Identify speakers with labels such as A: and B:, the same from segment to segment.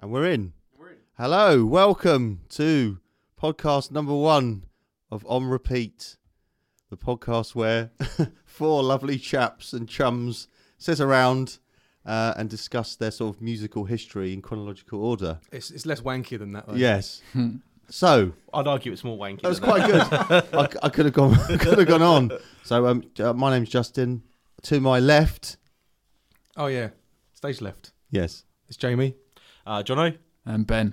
A: And we're in. Hello, welcome to podcast number one of On Repeat, the podcast where four lovely chaps and chums sit around uh, and discuss their sort of musical history in chronological order.
B: It's, it's less wanky than that. Though.
A: Yes. so
C: I'd argue it's more wanky.
A: that was
C: than that.
A: quite good. I, I could have gone. could have gone on. So um, uh, my name's Justin. To my left,
B: Oh yeah. Stage left.
A: yes.
B: It's Jamie.
C: Uh, Jono,
D: And Ben.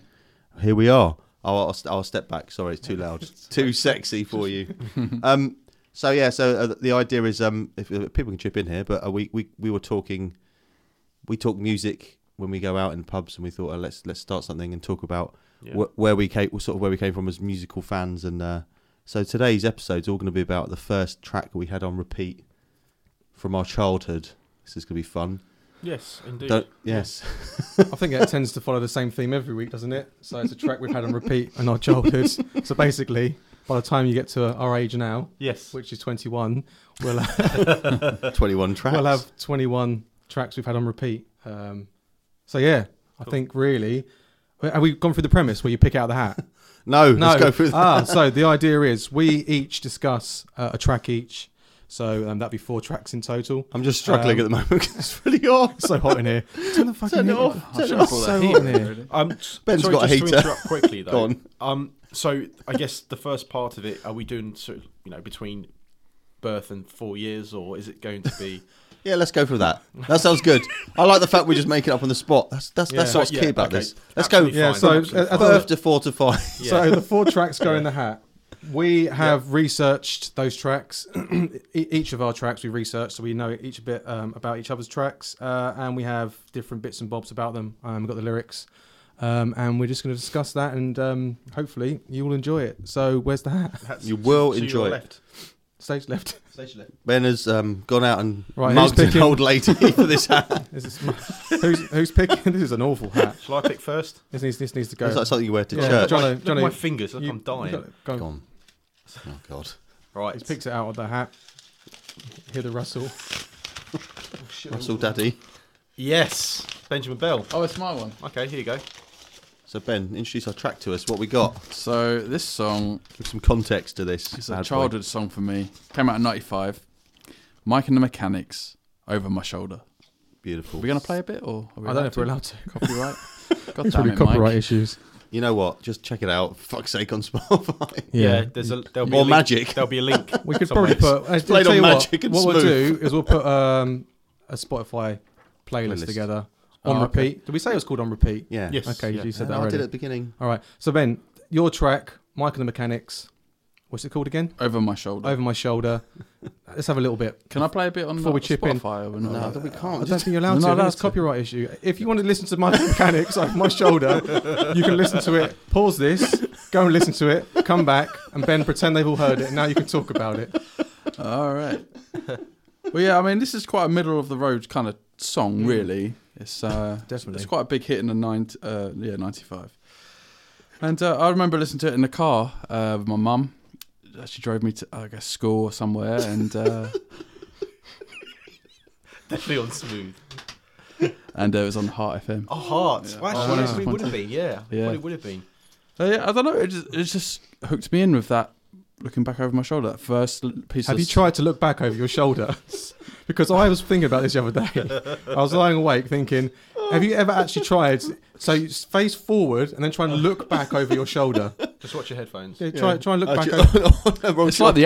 A: Here we are. Oh, I'll, st- I'll step back. Sorry, it's too loud, too sexy for you. Um, so yeah, so uh, the idea is, um, if uh, people can chip in here, but uh, we, we we were talking, we talk music when we go out in pubs, and we thought, oh, let's let's start something and talk about
C: Yeah.
A: wh- where we came, sort of where we came from as musical fans, and uh, so today's episode's all going to be about the first track we had on repeat from our childhood. This is going to be fun.
C: yes, indeed.
A: Don't, yes,
B: I think it tends to follow the same theme every week, doesn't it? So it's a track we've had on repeat in our childhoods. so basically, by the time you get to our age now,
C: Yes,
B: which is 21, we'll have,
A: twenty-one tracks.
B: we'll have 21 tracks we've had on repeat. Um, so yeah, I
C: Cool.
B: think really. Have we gone through the premise where you pick out the hat?
A: no, let's go through. The,
B: ah, so the idea is we each discuss uh, a track each. So um, that'd be four tracks in total.
A: I'm just struggling
B: Um,
A: at the moment because it's really hot.
B: It's so hot in here. Turn the fucking
A: it
B: heat
A: off.
D: I should have brought
B: So
D: that heat
B: hot
D: in
B: in here.
D: really.
C: Um,
A: Ben's
C: sorry,
A: got a
C: just
A: heater.
C: To interrupt quickly though.
A: Go on.
C: Um, so I guess the first part of it, are we doing sort of, you know between birth and four years, or is it going to be?
A: Yeah, let's go for that. That sounds good. I like the fact we're just making it up on the spot. That's that's that's
B: Yeah.
A: what's
C: Yeah,
A: key about
C: okay.
A: this. Let's
C: Absolutely
A: go.
B: Yeah,
C: fine,
B: so,
C: absolutely
B: uh,
C: fine.
A: Birth to four to five.
C: Yeah.
B: So the four tracks go in the hat. We have researched those tracks. E- each of our tracks we researched, so we know each a bit um, about each other's tracks, uh, and we have different bits and bobs about them. Um, we've got the lyrics, um, and we're just going to discuss that, and um, hopefully you will enjoy it. So where's the hat?
C: That's-
A: You will
C: so you're
A: enjoy it.
C: left.
B: Stage left.
A: Ben has um, gone out and
B: Right,
A: mugged
B: who's
A: an
B: picking?
A: old lady for this hat.
B: This is who's, who's picking? This is an awful hat.
C: Shall I pick first?
B: This needs, this needs to go.
A: It's like something you wear to
B: Yeah,
A: church.
B: Johnny-
C: Look at
B: Johnny,
C: my fingers. Look,
B: You-
C: I'm dying.
B: you
A: Go
B: gotta Go.
A: on. Oh God.
C: Right.
B: He picks it out of the hat. Hear the rustle.
A: Russell Daddy.
C: Yes, Benjamin Bell.
D: Oh, it's my one.
C: Okay, here you go.
A: So Ben, introduce our track to us. What we got?
D: So this song
A: Give some context to this.
D: is a
A: bad boy.
D: childhood song for me. Came out in '95. Mike and the Mechanics, Over My Shoulder.
A: Beautiful.
D: Are we gonna play a bit or? Are we
B: I don't know if we're allowed to.
D: to. Copyright. God
B: It's
D: damn
B: probably
D: it,
B: copyright
D: Mike.
B: issues.
A: You know what? Just check it out. Fuck's sake on Spotify.
C: Yeah, there's a there'll be
A: More
C: a link-
A: magic.
C: There'll be a link.
B: we could
C: somewhere.
B: probably put. I
A: played
B: tell
A: on
B: you
A: Magic
B: what,
A: and
B: what we'll
A: Smooth.
B: do is we'll put um, a Spotify playlist,
A: Playlist.
B: together on
D: Oh, okay.
B: repeat. Did we say it was called on repeat?
A: Yeah.
C: Yes.
B: Okay,
C: yeah.
B: you
A: No,
B: said that
A: I
B: already.
A: did at the beginning.
B: All right. So Ben, your track, Mike and the Mechanics. What's it called again?
D: Over My Shoulder.
B: Over my shoulder. Let's have a little bit.
D: Can I play a bit on
B: Before we
D: uh,
B: chip in.
D: Spotify? Or
A: No,
D: not?
A: I think we
B: I
A: can't.
B: don't think you're allowed
D: We're
B: to.
D: not
B: I think It's
D: allowed to.
B: copyright issue. If you want to listen to Mike and the Mechanics over my shoulder, you can listen to it. Pause this. Go and listen to it. Come back and Ben pretend they've all heard it. And now you can talk about it.
D: All right. well, yeah, I mean, this is quite a middle of the road kind of
B: Hmm.
D: song, really. It's uh,
B: Definitely.
D: it's quite a big hit in the nine, uh, yeah, ninety five. And uh, I remember listening to it in the car uh, with my mum. She drove me to, I guess, school or somewhere, and uh,
C: Definitely on smooth.
D: and uh, it was on Heart FM.
C: Oh, hearts.
D: Yeah.
C: Well,
D: Oh,
C: actually,
D: wow.
C: yes, we would have been. Yeah,
D: Yeah.
C: yeah. it would have been.
D: So, yeah, I don't know. It just, it just hooked me in with that. Looking back over my shoulder, that first l- piece.
B: Have
D: of
B: you tried to look back over your shoulder? because I was thinking about this the other day. I was lying awake thinking, have you ever actually tried? So you face forward and then try and look back over your shoulder.
C: Just watch your headphones.
B: Yeah, try, try and look
A: Uh,
B: back
A: ju-
B: over.
A: Wrong
D: It's like The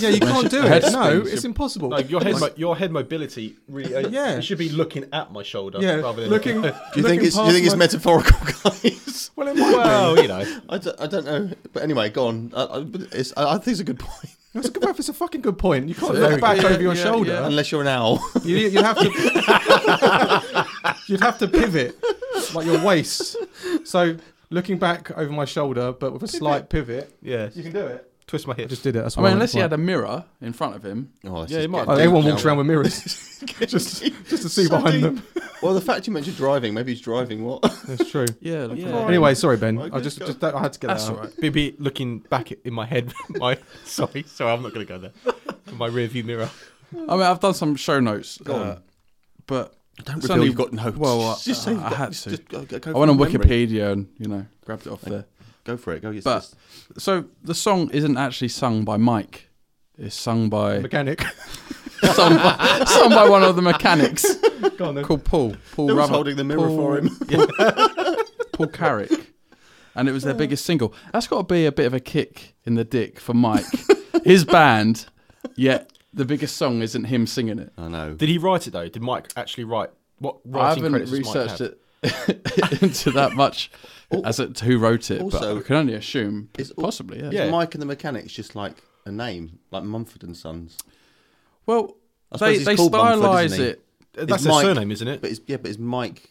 B: Yeah, you
D: When
B: can't
D: she-
B: do
D: her
B: it.
D: head
B: No,
D: spins.
B: it's impossible.
C: No, your head, mo- your head mobility really. uh,
B: Yeah.
C: you should be looking at my shoulder.
B: Yeah,
C: rather than
B: looking.
A: Do you think it's do you think it's metaphorical, guys?
B: Well, it might be.
C: Well, you know,
A: I don't, I don't know, but anyway, go on. I, I, but it's, I, I think it's a good point,
B: That's a good point. It's a fucking good point. You can't
D: Very
B: look back
D: good.
B: over your
D: Yeah,
B: shoulder.
A: unless you're an owl.
B: You, you'd have to. you'd have to pivot, like your waist. So looking back over my shoulder, but with a slight pivot,
C: yeah.
B: you can do it.
C: Twist my
B: I
C: hips.
B: just did it. That's
D: I
B: why
D: mean, unless he
B: went
D: had a mirror in front of him.
A: Oh, this
D: Yeah,
A: is
D: it
A: getting
D: might be.
B: quiet.
D: a-
B: Oh, everyone
A: deep
B: walks
A: now.
B: around with mirrors just just to see
A: So
B: behind
A: deep.
B: them.
A: Well, the fact you mentioned driving, maybe he's driving. What?
B: That's true.
D: Yeah,
A: Like,
D: yeah.
A: come on.
B: Anyway, sorry Ben.
A: Like,
B: I just,
A: let's
B: just that, I had to get
D: That's
B: that out.
D: all right.
C: Be, be looking back in my head. My sorry, sorry, I'm not going to go there. In my rearview mirror.
D: I mean, I've done some show notes,
A: Go
D: uh,
A: on.
D: but
A: Don't
D: It's
A: reveal
D: only-
A: you've got notes.
D: well, I-
B: uh,
A: just, just say
D: I
A: you've got-
D: had
A: just-
D: to.
A: just go- go
D: I
A: for
D: went on
A: memory.
D: Wikipedia and you know grabbed it off there.
A: Go for it. Go. Yes,
D: But-
A: yes.
D: So the song isn't actually sung by Mike. It's sung by
B: Mechanic.
D: sung by, sung by one of the mechanics
B: Go on then.
D: called Paul. Paul
A: Who was
D: Rubber-
A: holding the mirror
D: Paul-
A: for him?
D: Paul Carrick. And it was their biggest single. That's got to be a bit of a kick in the dick for Mike. His band, yet the biggest song isn't him singing it.
A: I know.
C: Did he write it though? Did Mike actually write what
D: I
C: writing
D: haven't
C: credits does Mike
D: researched
C: have?
D: it into that much as it, to who wrote it,
A: Also-
D: but I can only assume
A: It's al-
D: possibly. Yeah.
A: Is Mike and the Mechanics just like a name, like Mumford and Sons.
D: Well,
A: I suppose
D: they
A: he's
D: they
A: called Mumford,
D: stylise
A: isn't he?
D: it.
C: That's
A: Mike-
C: his surname, isn't it?
A: But is yeah, but is Mike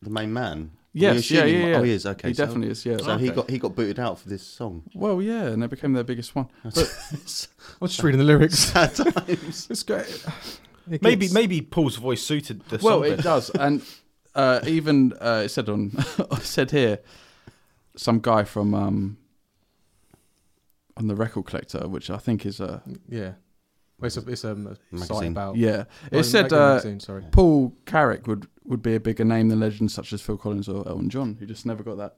A: the main man? Are we
D: Yes, yeah,
A: assuming-
D: yeah, yeah.
A: Oh, he is. Okay,
D: He
A: so-
D: definitely is. Yeah.
A: So he
C: Okay.
A: got he got booted out for this song.
D: well, yeah, and they became their biggest one. But
B: I was just reading the lyrics.
A: Sad times.
B: It's great. It
C: Maybe
B: gets-
C: maybe Paul's voice suited the
D: well,
C: song.
D: it
C: better.
D: does, and uh, even uh, it said on it said here, some guy from um, on the record collector, which I think is a
B: Yeah. Well, it's a, it's um, a site
A: Magazine.
B: about.
D: yeah. It
B: Well,
D: said
B: magazine,
D: uh,
B: magazine, sorry.
D: Paul Carrick would would be a bigger name than legends such as Phil Collins or Elton John, who just never got that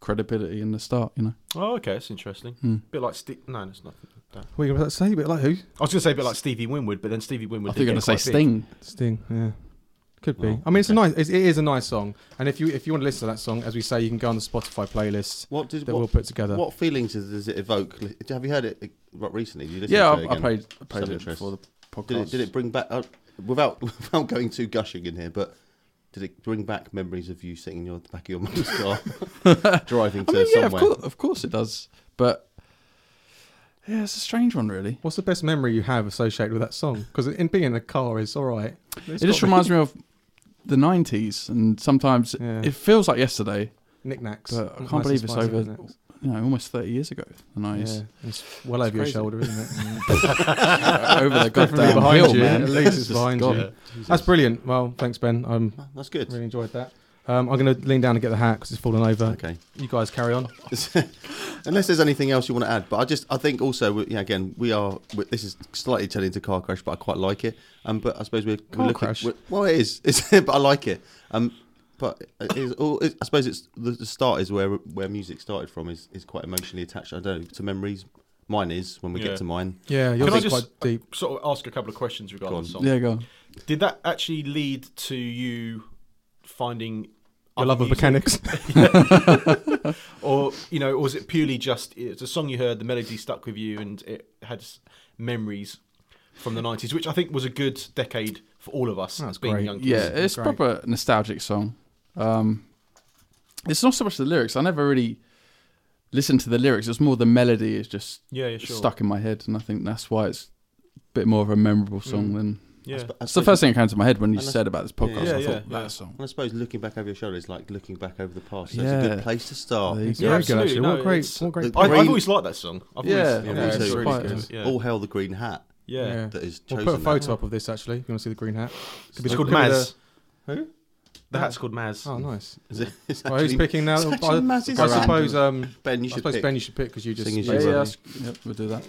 D: credibility in the start. You know,
C: Oh, okay, that's interesting.
D: Hmm.
C: bit like Ste- no, it's not. no.
B: What are you going to say? But like who?
C: I was going to say a bit like Stevie Winwood, but then Stevie Winwood.
D: I think
C: did
D: you're gonna
C: get
D: say
C: quite big.
D: Sting.
B: Sting. Yeah. Could be.
A: Well,
B: I mean, it's a nice. It's, it is a nice song. And if you if you want to listen to that song, as we say, you can go on the Spotify playlist
A: What did
B: that
A: what,
B: we'll put together.
A: what feelings does, does it evoke? Have you heard it uh, what, recently? Did you listen
D: Yeah,
A: to it
D: I, I
A: again?
D: played I played
A: Some
D: it
A: interest.
D: before the podcast.
A: Did it, did it bring back uh, without without going too gushing in here, but did it bring back memories of you sitting in your the back of your mum's car driving
D: I
A: to
D: mean, yeah, of
A: somewhere?
D: course, of course it does, but yeah, it's a strange one, really.
B: What's the best memory you have associated with that song? Because in being in a car is all right.
D: it just reminds me of the 90s and sometimes
B: Yeah.
D: it feels like yesterday
B: knickknacks.
D: But I can't
B: and
D: believe it's
B: spicy
D: over
B: knickknacks.
D: you know almost 30 years ago the 90s
B: Yeah, it's well over your
D: crazy.
B: shoulder, isn't it? Mm.
D: over
B: Definitely
D: the goddamn
B: behind
D: hill
B: you.
D: man
B: At least it's
D: Just
B: behind
D: gone.
B: you. That's brilliant. Well, thanks, Ben. I um,
A: Ah, That's good.
B: really enjoyed that. Um, I'm going to lean down and get the hat because it's fallen over.
A: Okay.
B: You guys carry on.
A: Unless there's anything else you want to add, but I just I think also we- yeah again we are we- this is slightly turning into car crash, but I quite like it. Um, but I suppose we're, we're
B: Car
A: looking.
B: crash?
A: we're- well, it is, it's, but I like it. Um, but it is all, it, I suppose it's the, the start is where where music started from is is quite emotionally attached. I don't know to memories. Mine is when we
C: Yeah.
A: get to mine.
B: Yeah, yours
C: Can I
B: is
C: just-
B: quite deep.
C: Sort of ask a couple of questions regarding
A: Go on.
C: the song.
D: yeah go on.
C: Did that actually lead to you finding
B: Your
C: other
B: love of
C: music?
B: mechanics.
C: or you know, or was it purely just it's a song you heard, the melody stuck with you, and it had s- memories from the nineties, which I think was a good decade for all of us
B: That's
C: as being
B: great.
C: young kids.
D: yeah it's
B: Great.
D: proper nostalgic song um it's not so much the lyrics i never really listened to the lyrics it's more the melody is just
C: yeah, yeah, sure.
D: stuck in my head and i think that's why it's a bit more of a memorable song
C: Mm.
D: than
C: Yeah,
A: I sp- I
D: it's the
A: suppose-
D: first thing that came to my head when
A: And
D: you
A: that's-
D: said about this
A: yeah,
D: podcast
C: yeah,
D: i thought
C: yeah, yeah.
D: that song
A: And I suppose looking back over your shoulder is like looking back over the past. So It's a
D: Yeah.
A: good place to start.
D: There you
B: It's
D: go.
C: Yeah,
B: very good,
C: absolutely.
B: actually.
C: No,
B: what a great,
C: it's-
B: what a great.
A: the
C: I,
A: Green-
C: I've always liked that song. I've
D: Yeah,
C: always,
A: Yeah,
D: yeah,
A: me
D: it's
A: too.
D: quite-
C: good. Yeah.
A: All hail the green hat
C: yeah.
B: Yeah.
A: that is
B: We'll
A: chosen.
B: put a
A: that.
B: photo up of this actually. If you want to see the green hat? Could be
C: It's
B: the-
C: called
B: could be
C: Maz.
B: the- who?
C: The hat's called Maz.
B: Oh, nice.
A: Is it- it's
B: Well, who's
A: actually-
B: picking now?
A: it's
B: I,
A: actually Maz's
B: I
A: hat.
B: suppose. Um,
A: Ben, you
B: I
A: should
B: suppose
A: pick.
B: Ben, you should pick because you just.
A: Sing as
D: Yeah,
A: you
D: yeah,
A: were.
D: that's- yep, we'll do that.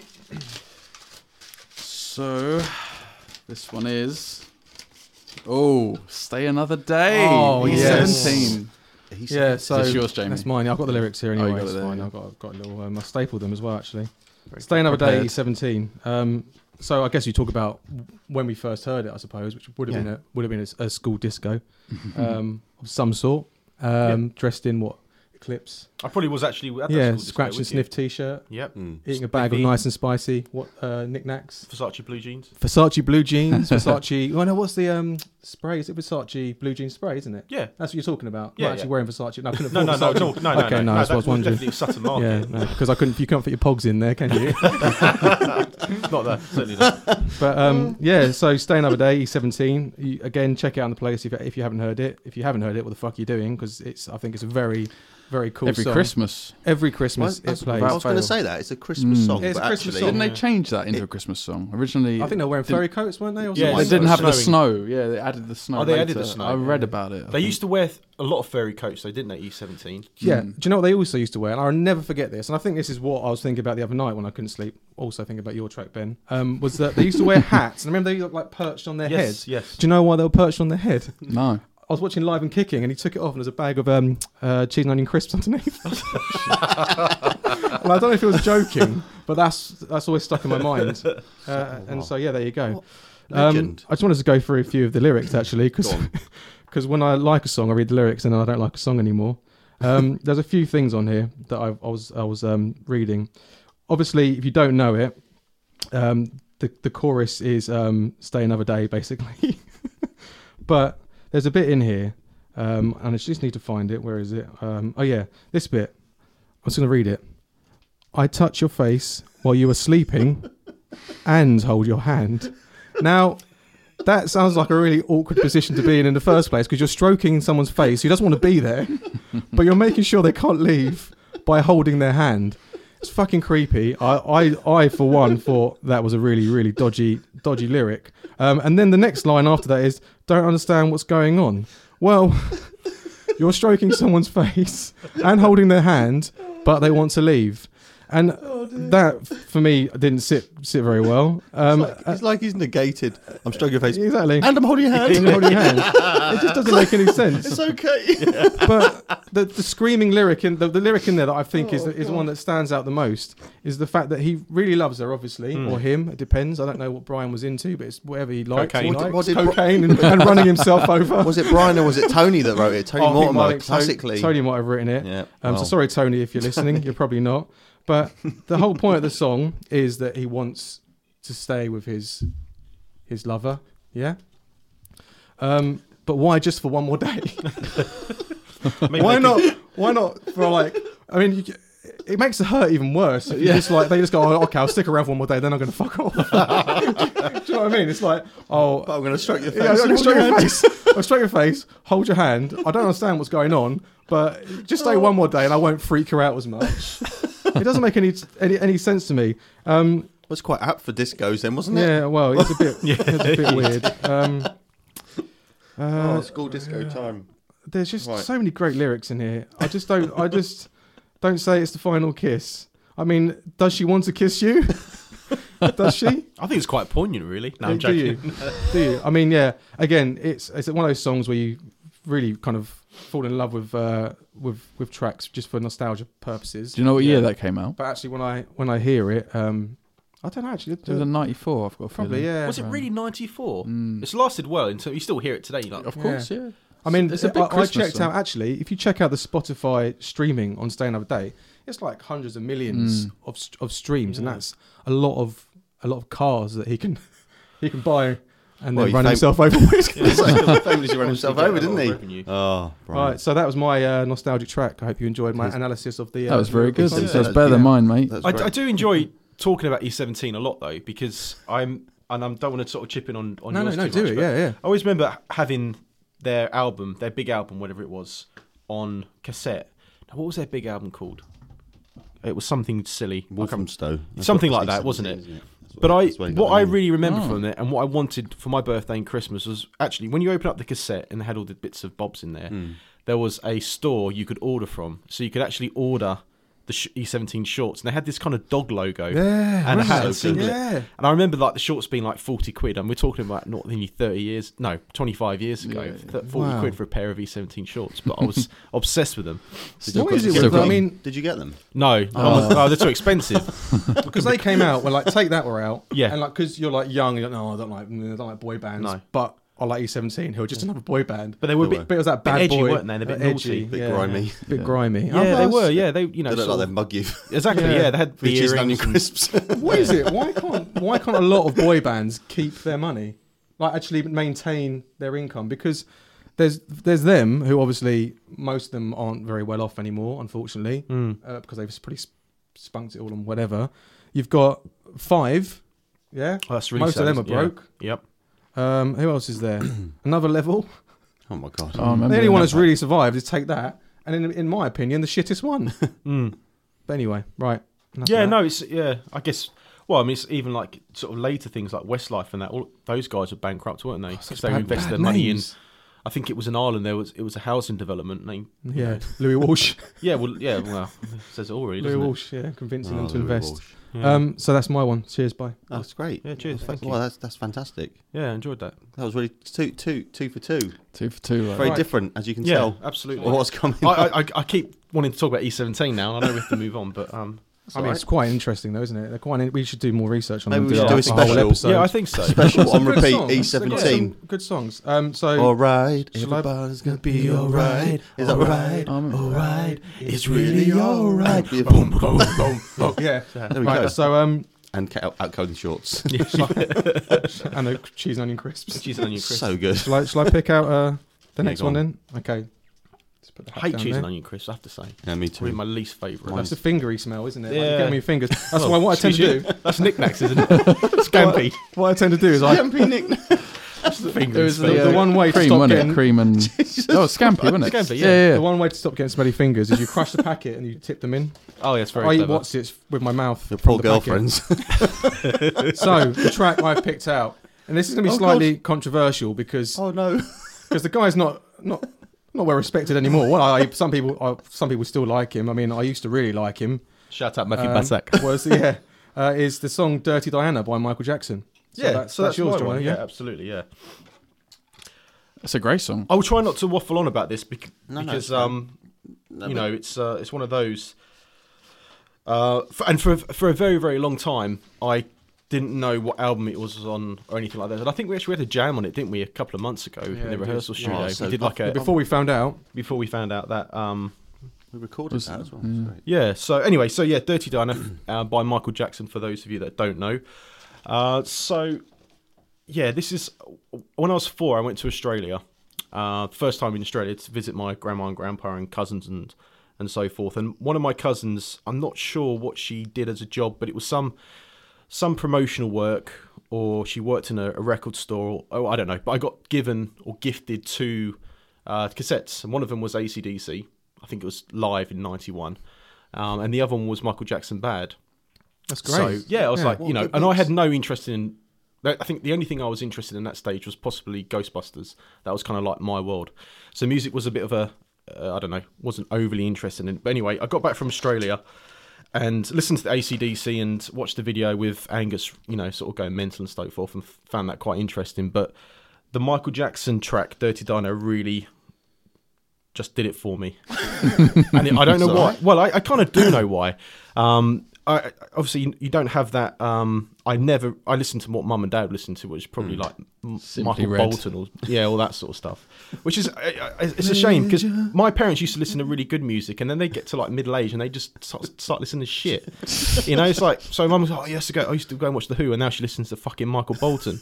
D: So, this one is. Oh, stay another day.
B: Oh,
D: He's
A: yes.
D: 17.
A: He said-
B: Yeah, so
D: Is this yours, Jamie?
B: that's mine. I've got the lyrics here
D: you
B: anyway.
D: got it
B: it's
D: there,
B: fine.
D: yeah.
B: I've got, got a little. Um, I stapled them as well actually. Stay another day,
D: Prepared.
B: seventeen. Um, so I guess you talk about when we first heard it, I suppose, which would have
A: Yeah.
B: been a would have been a, a school disco um, of some sort, um, dressed in what eclipse?
C: I probably was actually at that
B: yeah,
C: school disco
B: scratch and
C: with you.
B: sniff T-shirt,
C: Yep.
A: Mm.
B: eating a bag of
C: Sniffy.
B: nice and spicy what uh, knickknacks.
C: Versace blue jeans.
B: Versace blue jeans, Versace. oh no, what's the um spray? Is it Versace blue jean spray? Isn't it?
C: Yeah.
B: That's what you're talking about.
C: Yeah,
B: Not actually
C: yeah.
B: wearing Versace. No, I couldn't
C: No, no,
B: afford
C: no,
B: Versace.
C: no, no, no.
B: Okay,
C: no,
B: no, that's what
C: that
B: I was wondering.
C: Definitely Sutton Market.
B: Yeah, no, because I couldn't. You can't fit your pogs in there, can you?
C: Not that. Certainly not.
B: but
C: Mm.
B: um, yeah. So stay another day. He's 17. You, again, check it out on the playlist if, if you haven't heard it. If you haven't heard it, what the fuck are you doing? Because it's. I think it's a very, Very cool
D: every
B: song.
D: Christmas.
B: Every
A: Well,
B: Christmas
A: that's-
B: it plays. Hmm.
A: I was going to
D: fail.
A: say that it's a Christmas
D: Mm.
A: song,
B: It's
A: but
B: a Christmas
A: actually,
B: song.
D: Didn't they
B: Yeah.
D: change that into a Christmas song originally?
B: I think they're wearing
D: didn't-
B: fairy coats, weren't they? Or
C: Yeah,
B: something
C: it
D: They
B: like
C: was
D: didn't
B: that?
D: have the
C: snowing.
D: snow. Yeah, they added the snow.
C: Oh, they added
D: later.
C: the snow,
D: I read about it. I
C: They
D: think.
C: used to wear th- a lot of fairy coats, though, didn't they? E E17.
B: Yeah.
D: Mm.
B: Do you know what they also used to wear? And I'll never forget this. And I think this is what I was thinking about the other night when I couldn't sleep. Also thinking about your track, Ben. Um, was that they used to wear hats. And remember they looked like perched on their
C: yes,
B: heads.
C: yes.
B: Do you know why they were perched on their head?
D: No.
B: I was watching Live and Kicking, and he took it off, and there's a bag of um, uh, cheese and onion crisps underneath. and I don't know if he was joking, but that's that's always stuck in my mind. Uh, and so yeah, there you go. Um,
A: Legend.
B: I just wanted to go through a few of the lyrics actually, because
A: Go on.
B: when I like a song, I read the lyrics, and then I don't like a song anymore. Um, there's a few things on here that I, I was I was um, reading. Obviously, if you don't know it, um, the the chorus is um, "Stay Another Day," basically. but there's a bit in here, um, and I just need to find it. Where is it? Um, oh yeah, this bit. I'm just gonna read it. I touch your face while you are sleeping, and hold your hand. Now, that sounds like a really awkward position to be in in the first place because you're stroking someone's face who doesn't want to be there, but you're making sure they can't leave by holding their hand. It's fucking creepy. I, I, I for one, thought that was a really, really dodgy, dodgy lyric. Um, and then the next line after that is, "Don't understand what's going on." Well, you're stroking someone's face and holding their hand, but they want to leave. And that, for me, didn't sit sit very well. Um,
A: Oh, it's, like, it's like he's negated. I'm stroking your face,
B: exactly.
A: and I'm holding your
B: And
A: hand.
B: hold your hand. It just doesn't make any sense.
A: it's okay.
B: But the, the screaming lyric in the, the lyric in there that I think
A: Oh,
B: is the, is the one that stands out the most is the fact that he really loves her, obviously, or him. It depends. I don't know what Brian was into, but it's whatever he likes.
C: Cocaine.
B: He
A: What did-
B: likes.
A: what did Bri-
B: cocaine and, and running himself over.
A: was it Brian or was it Tony that wrote it? Tony
B: Oh, I think
A: Mortimer,
B: Mike-
A: classically.
B: Tony might have written it.
A: Yeah. Oh.
B: Um,
A: well.
B: So sorry, Tony, if you're listening, you're probably not. But the whole point of the song is that he wants to stay with his his lover. Yeah. Um, but why just for one more day?
C: Maybe
B: why
C: they
B: not? Why not for like? I mean, you, it makes the hurt even worse. If you just like they just go, oh, okay, I'll stick around one more day, then I'm gonna fuck off. Do you know what I mean? It's like, oh,
A: But I'm going to stroke your face.
B: yeah, I'll
A: and
B: just
A: hold
B: stroke
A: your
B: your
A: hand.
B: face. I'll stroke your face. Hold your hand. I don't understand what's going on, but just stay one more day and I won't freak her out as much. it doesn't make any any, any sense to me. Um,
A: was quite apt for discos then, wasn't it?
B: yeah, well, it's a bit it's a bit weird. Um,
A: Oh,
B: uh,
A: school disco time.
B: there's just
A: Right.
B: so many great lyrics in here. I just don't. I just don't say it's the final kiss. I mean, does she want to kiss you? does she?
C: I think it's quite poignant, really. No,
B: Uh,
C: I'm
B: do
C: joking.
B: you? do you? I mean, yeah. Again, it's it's one of those songs where you really kind of fall in love with uh, with with tracks just for nostalgia purposes.
D: Do you know what year
B: Yeah.
D: that came out?
B: But actually, when I when I hear it, um, I don't know actually.
D: It was in '94. I've got a
B: Uh, Probably
D: feeling.
B: yeah.
C: Was it really 94?
D: Mm.
C: It's lasted well, and so you still hear it today. Like,
D: Of course, yeah.
B: I mean,
D: It's a big
B: I- I,
D: Christmas
B: checked
D: song.
B: out actually. If you check out the Spotify streaming on Stay Another Day, it's like hundreds of millions
D: Mm.
B: of st- of streams, and
C: Yeah.
B: that's a lot of a lot of cars that he can he can buy and
A: Well,
B: then
A: you
B: run
A: thank-
B: himself over with.
C: Yeah, so
A: Famously ran himself
C: get a
A: over,
C: lot
A: didn't
C: of
A: he?
C: revenue.
A: Oh, Brian.
B: Right, so that was my uh, nostalgic track. I hope you enjoyed my
D: Yes.
B: analysis of the. Uh,
D: That was very good.
B: Yeah.
A: Yeah.
D: That's better than
A: Yeah.
D: mine, mate.
A: That's
C: I,
A: great.
C: I do enjoy talking about E17 a lot though because I'm and I am don't want to sort of chip in on on
B: No, no,
C: yours
B: no,
C: too
B: do
C: much,
B: it.
C: but
B: Yeah, yeah.
C: I always remember having their album, their big album, whatever it was, on cassette. Now, what was their big album called? It was something silly. I can't-
A: Wolfenstow. That's
C: Something
A: what
C: like that,
A: E17
C: wasn't it?
A: is, That's
C: But I,
A: that's what he
C: what
A: got
C: I
A: in.
C: really remember
D: Oh.
B: Hmm.
C: from it, and what I wanted for my birthday and Christmas was actually when you open up the cassette and they had all the bits of Bob's in there,
A: Hmm.
C: there was a store you could order from, so you could actually order the sh- E17 shorts, and they had this kind of dog logo
B: Yeah,
C: and a
B: right.
C: hat
A: So
C: and singlet.
A: good.
B: Yeah.
C: And I remember like the shorts being like forty quid, and we're talking about not nearly thirty years, no, twenty five years ago,
D: Yeah.
C: th- forty
B: Wow.
C: quid for a pair of E17 shorts. But I was obsessed with them.
A: Did you
B: What
A: get
B: is it
A: them? Did
D: with
A: you
D: them?
A: get
D: I
A: them?
B: mean-
A: did you get them?
C: No, oh. oh, they're too expensive.
B: because they came out when like take that were out.
C: Yeah.
B: and like because you're like young, you're like, no, I don't like, mm, I don't like boy bands.
C: No.
B: but I like E E17, who are just another boy band.
C: But they were a bit
B: But it was that
C: Bit
B: bad
C: edgy,
B: boy,
C: weren't they? They're a bit naughty.
A: Bit grimy.
B: bit
D: Yeah.
B: grimy. Oh,
C: Yeah, they
B: that's-
C: were. Yeah, they you know
A: they look
C: sort
A: like
C: of-
A: they mug you.
C: exactly.
B: Yeah.
C: Yeah. they had
A: for
C: the
A: cheese and onion
C: earrings. and-
A: crisps.
B: What is it? Why can't why can't a lot of boy bands keep their money? Like actually maintain their income because there's there's them who obviously most of them aren't very well off anymore, unfortunately,
C: Hmm.
B: uh, because they've pretty sp- spunked it all on whatever. You've got five, yeah.
C: Oh, that's really
B: most of
C: sad,
B: them are
C: isn't it? Yeah.
B: broke.
C: Yep.
B: Um, who else is there? Another level.
A: oh my god.
D: Oh, I remember
B: The only one
D: that.
B: that's really survived is Take That, and in, in my opinion, the shittest one.
C: Mm.
B: but anyway, right. enough of
C: Yeah,
B: that.
C: no, it's yeah. I guess. Well, I mean, it's even like sort of later things like Westlife and that. All those guys were bankrupt, weren't they? Because they
D: bad-
C: invested
D: bad
C: their money in.
D: names.
C: I think it was in Ireland. There was it was a housing development name.
B: Yeah, Louis Walsh.
C: Yeah, well, yeah, well, it says it all really,
B: Louis
C: doesn't it?
B: Walsh. Yeah, convincing them to invest.
C: Yeah.
B: Um, so that's my one. Cheers. Bye.
A: That's great.
C: Yeah, cheers, thank
A: Well,
C: you.
A: that's that's fantastic.
C: yeah, enjoyed that.
A: That was really two two two for two.
D: Two for two. Right?
A: Very
B: Right.
A: different, as you can
C: Yeah,
A: tell.
C: absolutely.
A: What's coming?
C: I,
A: up.
C: I, I- I keep wanting to talk about E17 now. and I know we have to move on, but um,
B: I mean,
A: alright.
B: it's quite interesting, though, isn't it? They're quite. In- we should do more research on
A: Maybe
B: them.
A: we
B: do
A: should
B: that
A: do a
B: for whole
A: special.
B: episode.
C: yeah, I think so.
A: Special
B: Some
A: on
B: good
A: repeat.
B: songs.
A: E
B: Some
A: seventeen.
B: Good songs. Um, so
A: All right,
B: Shall I-
A: everybody's gonna be all right. Is that right?
D: Um,
A: All right,
B: it's
A: really all right.
B: boom, boom, boom, boom. Yeah.
A: There we
B: Right.
A: go.
B: So um,
A: and ca- out, out coding shorts.
B: and the cheese and onion crisps.
C: cheese and onion crisps.
A: so good.
B: Shall I, shall I pick out uh,
A: Yeah,
B: the next
A: go
B: one
A: on.
B: then? Okay. Let's put the
C: I
B: hat
C: hate
B: down
C: cheese
B: there.
C: and onion crisps. I have to say,
A: Yeah, me
C: probably
A: too.
C: my least favourite.
A: Mine.
B: That's the fingery smell, isn't it? Yeah. Like, you
C: Yeah.
B: get me fingers. That's
C: Oh,
B: why what I tend to
C: cheese-
B: do.
C: That's knickknacks, isn't it? Scampi.
B: What I tend to do is I
C: That's the finger.
D: It was
C: and
D: the,
B: the
D: uh,
B: one way to
D: cream,
B: stop
D: wasn't
B: getting-
D: it? Cream and oh, scampi, wasn't it?
C: Scampi, yeah.
D: yeah,
B: the one way to stop getting smelly fingers is you crush the packet and you tip them in.
C: spoon. Oh, yeah, it's very
B: I eat
C: clever.
B: Watsits with my mouth.
A: Your
B: from
A: poor
B: the packet.
A: girlfriends.
B: So the track I've picked out, and this is going to be
A: Oh,
B: slightly controversial because
A: oh no.
B: because the guy's not not not well respected anymore. Well, I, some people I, some people still like him. I mean, I used to really like him.
C: Shout out Matthew
B: Um,
C: Basak.
B: Was yeah, uh, is the song "Dirty Diana" by Michael Jackson. So that's, that's, yours,
C: my
B: John.
C: one.
B: Yeah.
C: absolutely. Yeah.
D: It's a great song.
C: I will try not to waffle on about this bec-
A: No, no, it's
C: because
A: fine.
C: um, you know it's uh, it's one of those. Uh, f and for for a very very long time, I didn't know what album it was on or anything like that. And I think we actually had a jam on it, didn't we, a couple of months ago
B: Yeah,
C: in
B: we
C: the
B: did.
C: rehearsal
A: Yeah.
C: studio?
A: Oh, so
C: we did like a
B: Before we found out,
C: before we found out that um,
A: we recorded
D: Was-
A: that as well.
D: mm.
A: That's great.
C: Yeah. So anyway, so yeah, Dirty Diana uh, by Michael Jackson. For those of you that don't know, uh, so yeah, this is when I was four. I went to Australia, uh, first time in Australia to visit my grandma and grandpa and cousins and and so forth. And one of my cousins, I'm not sure what she did as a job, but it was some some promotional work or she worked in a, a record store or oh, I don't know. But I got given or gifted two uh, cassettes, and one of them was ACDC. I think it was live in '91, um, and the other one was Michael Jackson Bad.
B: that's great.
C: So yeah, I was like,
A: what
C: you know,
A: good
C: and I
A: mix.
C: had no interest in. I think the only thing I was interested in that stage was possibly Ghostbusters. That was kind of like my world. So music was a bit of a, uh, I don't know, wasn't overly interested in. But anyway, I got back from Australia and listened to the ACDC and watched the video with Angus, you know, sort of going mental and so forth, and found that quite interesting. But the Michael Jackson track "Dirty Dino" really just did it for me. and it, I don't
A: It's
C: know why.
A: alright.
C: Well, I, I kind of do know why. Um, I, I- obviously, you, you don't have that. Um, I never. I listened to what Mum and Dad listened to, which is probably like M-
D: Simply
C: Michael
D: Red.
C: Bolton or yeah, all that sort of stuff. Which is I- I- it's a shame because my parents used to listen to really good music, and then they get to like middle age and they just start, start listening to shit. You know, it's like so. Mum was like, oh, yes, to go. I used to go and watch the Who, and now she listens to fucking Michael Bolton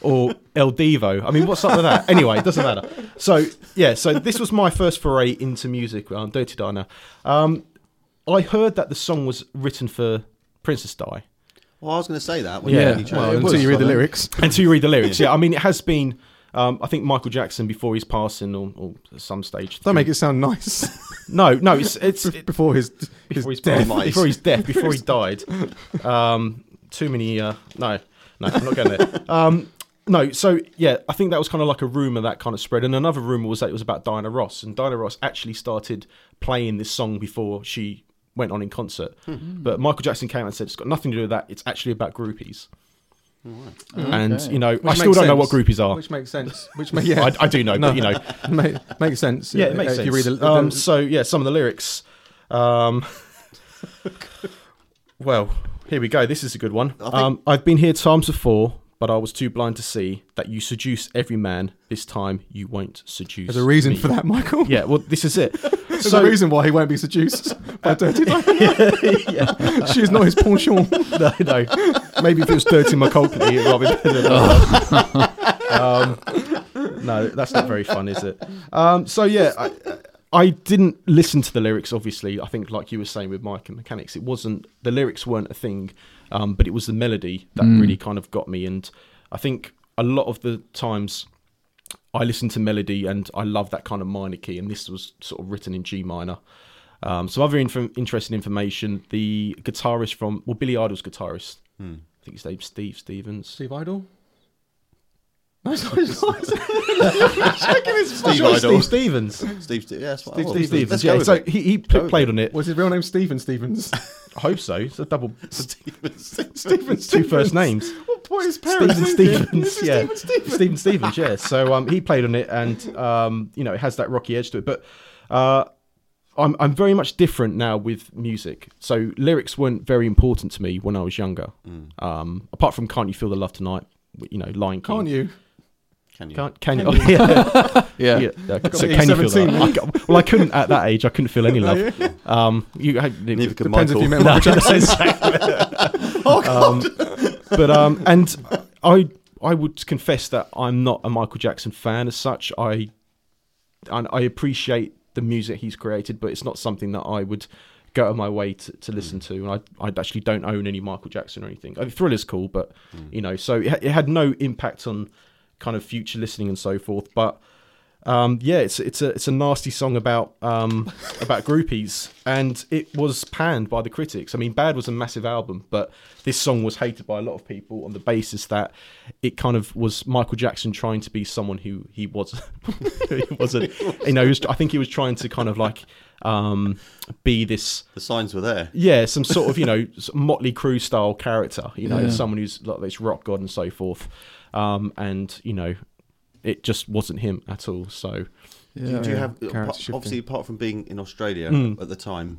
C: or El Devo. I mean, what's up with that? Anyway, it doesn't matter. So yeah, so this was my first foray into music. Um, Dirty Diner. Um, I heard that the song was written for Princess Di.
A: Well, I was going to say that. When
D: Yeah.
A: You
B: Well, until
A: was
B: you read the
A: fun.
B: lyrics.
C: Until you read the lyrics, yeah. I mean, it has been. Um, I think Michael Jackson before his passing, or, or at some stage.
B: Don't make it sound nice.
C: No, no. It's it's it-
B: Before his his
C: before his
B: death.
C: death. Before his death. Before he died. Um, too many. Uh, no, no. I'm not going there. Um, no. So yeah, I think that was kind of like a rumor that kind of spread, and another rumor was that it was about Diana Ross, and Diana Ross actually started playing this song before she went on in concert. But Michael Jackson came out and said it's got nothing to do with that. It's actually about groupies. And
D: Okay.
C: you know, I
B: Which
C: still
B: makes
C: don't know what
B: sense.
C: groupies are.
B: Which makes sense. Which makes yeah.
C: I, I do know, but you know,
B: Ma- makes sense.
C: yeah, it
B: uh,
C: makes
B: if
C: sense.
B: You read the, the-
C: um, so yeah, some of the lyrics. Um, well, here we go. This is a good one.
A: think-
C: Um, I've been here times before, but I was too blind to see that you seduce every man. This time, you won't seduce.
B: there's a reason
C: me.
B: for that, Michael.
C: Yeah, well, this is it.
B: There's
C: so-
B: a reason why he won't be seduced by Dirty Diana.
C: yeah,
B: She's not his penchant.
C: no, no. Maybe if it was dirty McCulkney, it might be better. um, no, that's not very fun, is it? Um, so yeah, I, I didn't listen to the lyrics. Obviously, I think like you were saying with Mike and Mechanics, it wasn't the lyrics weren't a thing, um, but it was the Mm. melody that really kind of got me. And I think a lot of the times I listen to melody and I love that kind of minor key, and this was sort of written in G minor. Um, some other inf- interesting information: the guitarist from well, Billy Idol's guitarist, I think his name's Steve Stevens.
B: Steve Idol.
C: No, it's not- it's not.
A: Steve
C: Sure, it's
A: Idol.
C: Steve Stevens.
A: Steve, Ste- yeah, that's what I
B: Steve-
A: want.
B: Steve Stevens,
A: Let's
C: yeah,
A: go
C: so
A: with it.
C: he, he
A: Go with
C: played on it.
B: Was his real name Stephen Stevens?
C: I hope so. It's a double
A: Stephen Stevens.
C: Stephen two first names.
B: what point is
C: Stephen Stevens,
B: This is
C: yeah.
B: Stephen Stevens.
C: Stephen Stevens, yeah. So um, he played on it, and um, you know, it has that rocky edge to it. But uh, I'm I'm very much different now with music. So lyrics weren't very important to me when I was younger.
A: Mm.
C: Um, apart from "Can't You Feel the Love Tonight," you know, Lion King.
B: Can't you?
A: Can you?
C: Can't, can you? Oh, yeah.
D: Yeah.
C: yeah. okay, So
B: be
C: can you feel
B: 17,
C: that? I ca- well, I couldn't at that age. I couldn't feel any love. Um, you,
A: Neither could
B: Depends
A: Michael.
B: if you met
C: No,
B: Michael Jackson.
C: Um, but um, and I I would confess that I'm not a Michael Jackson fan as such. I and I appreciate the music he's created, but it's not something that I would go out of my way to, to listen to. And I I actually don't own any Michael Jackson or anything. I mean, Thriller's cool, but you know, so it, ha- it had no impact on kind of future listening and so forth. But um, yeah, it's it's a it's a nasty song about um, about groupies, and it was panned by the critics. I mean, Bad was a massive album, but this song was hated by a lot of people on the basis that it kind of was Michael Jackson trying to be someone who he was he wasn't. You know, he was, I think he was trying to kind of like um, be this
A: The signs were there.
C: yeah, some sort of you know s- Motley Crue style character, you know,
D: Yeah.
C: someone who's like this rock god and so forth, um, and you know, it just wasn't him at all. So
A: Do, you- do you
B: yeah.
A: have
B: Character
A: apart-
B: shifting.
A: obviously apart from being in Australia at the time?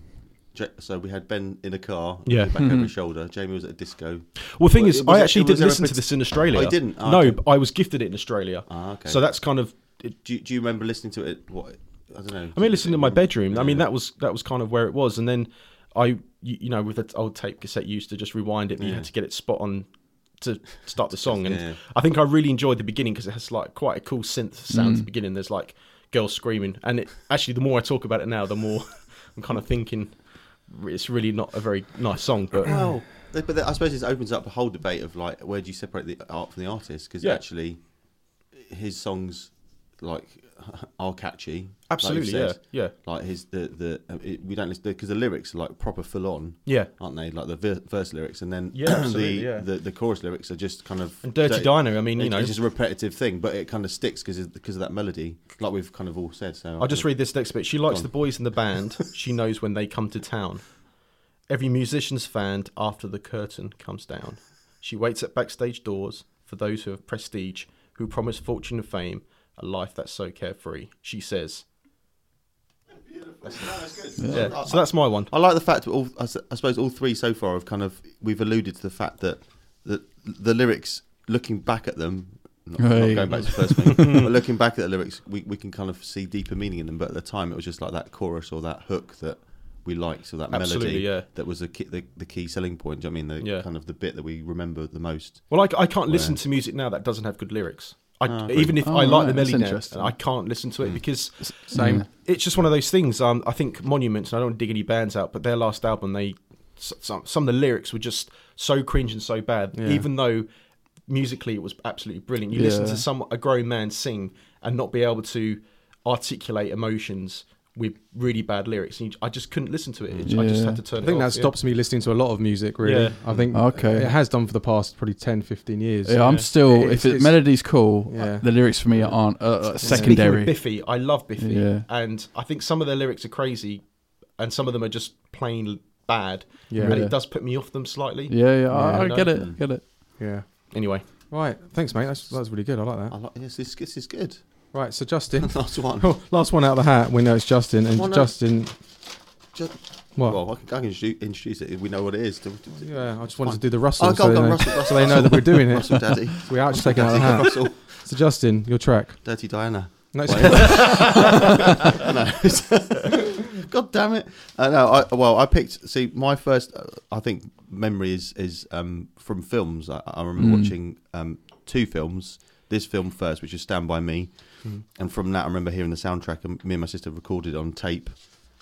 A: Ja- So we had Ben in a car,
C: Yeah.
A: back over his shoulder. Jamie was at a disco.
C: Well, the thing
A: Well,
C: is,
A: it was
C: I
A: a-
C: actually
A: it was
C: didn't
A: a
C: listen to
A: repeti-
C: this in Australia.
A: Oh, you didn't? Ah,
C: no,
A: okay.
C: but I was gifted it in Australia.
A: Ah, okay.
C: So that's kind of.
A: Do you, do you remember listening to it? What I don't know.
C: I mean, listening to my bedroom. I mean, that was that was kind of where it was, and then I, you, you know, with that old tape cassette, you used to just rewind it, but you
A: Yeah.
C: had to get it spot on to start the song. And
A: yeah.
C: I think I really enjoyed the beginning because it has like quite a cool synth sound at
A: Mm.
C: the beginning. There's like girls screaming, and it actually, the more I talk about it now, the more I'm kind of thinking it's really not a very nice song, but.
A: Well, th- but th- I suppose this opens up a whole debate of like, where do you separate the art from the artist? Because
C: Yeah.
A: actually, his songs like are catchy.
C: Absolutely,
A: like you
C: yeah,
A: said.
C: yeah,
A: Like his the the uh, it, we don't listen because the lyrics are like proper full on,
C: yeah.
A: aren't they? Like the ver- verse lyrics, and then
C: Yeah,
A: the,
C: absolutely, yeah.
A: the the chorus lyrics are just kind of
C: And Dirty
A: Dirty-
C: Dino, I mean, you
A: It-
C: know,
A: it's just a repetitive thing, but it kind of sticks because because of that melody, like we've kind of all said. So
C: I'll just read this next bit. She likes
A: on.
C: the boys in the band. she knows when they come to town. Every musician's fanned after the curtain comes down. She waits at backstage doors for those who have prestige, who promise fortune and fame, a life that's so carefree. She says. Yeah. So that's my one.
A: I like the fact that all I s- I suppose all three so far have kind of we've alluded to the fact that the the lyrics looking back at them. Not, not
D: Right.
A: going back to the first thing, but looking back at the lyrics, we, we can kind of see deeper meaning in them. But at the time, it was just like that chorus or that hook that we liked, or that melody
C: Absolutely, yeah.
A: that was the key, the, the key selling point. Do you know what I mean, the
C: Yeah.
A: kind of the bit that we remember the most.
C: Well, I, I can't listen to music now that doesn't have good lyrics. I,
A: Ah, okay.
C: even if
D: Oh,
C: I like the
D: right, that's
C: melody,
D: interesting. Hmm.
C: now, I can't listen to it because
D: Same.
C: it's just one of those things. Um, I think Monuments, and I don't want to dig any bands out, but their last album, they s- some some of the lyrics were just so cringe and so bad.
B: Yeah.
C: Even though musically it was absolutely brilliant, you listen
D: Yeah.
C: to some a grown man sing and not be able to articulate emotions with really bad lyrics. And you, I just couldn't listen to it. It- I just
D: Yeah.
C: had to turn.
B: I
C: it
B: think that
C: off, yeah.
B: stops me listening to a lot of music, really.
C: Yeah.
B: I think
D: Mm. Okay.
B: it has done for the past probably 10, 15 years.
D: Yeah, I'm still.
B: It's-
D: if it,
B: it's-
D: melody's cool,
B: Yeah.
D: uh, the lyrics for me aren't uh, uh,
C: Speaking of
D: secondary.
C: Biffy, I love Biffy,
D: Yeah.
C: and I think some of their lyrics are crazy, and some of them are just plain bad.
B: Yeah.
C: and
D: Yeah.
C: it does put me off them slightly.
D: Yeah, yeah, I,
C: Yeah,
D: I
C: no.
D: get it, get it.
B: Yeah.
C: Anyway,
B: Right. Thanks, mate. That's, that was really good. I like that.
A: I like yes, this, this is good.
B: Right. So, Justin.
A: Last one.
B: Oh, last one out of the hat. We know it's Justin. And
A: Well, no.
B: Justin.
A: Just-
B: What?
A: Well, I can, I can introduce- introduce it. We know what it is. Do- do- do-
B: yeah, I just wanted to do the Russell.
A: Oh, go
B: so,
A: on,
B: they
A: go on,
B: know,
A: Russell, Russell,
B: so they know
A: Russell.
B: that we're doing it.
A: Russell Daddy.
B: So we're actually taking it out of the hat.
A: Russell,
B: So, Justin, your track.
A: Dirty Diana.
B: No, it's-
A: God damn it! Uh, no, I, well, I picked. See, my first, uh, I think, memory is is um, from films. I, I remember watching um, two films. This film first, which is Stand by Me, and from that, I remember hearing the soundtrack. And me and my sister recorded on tape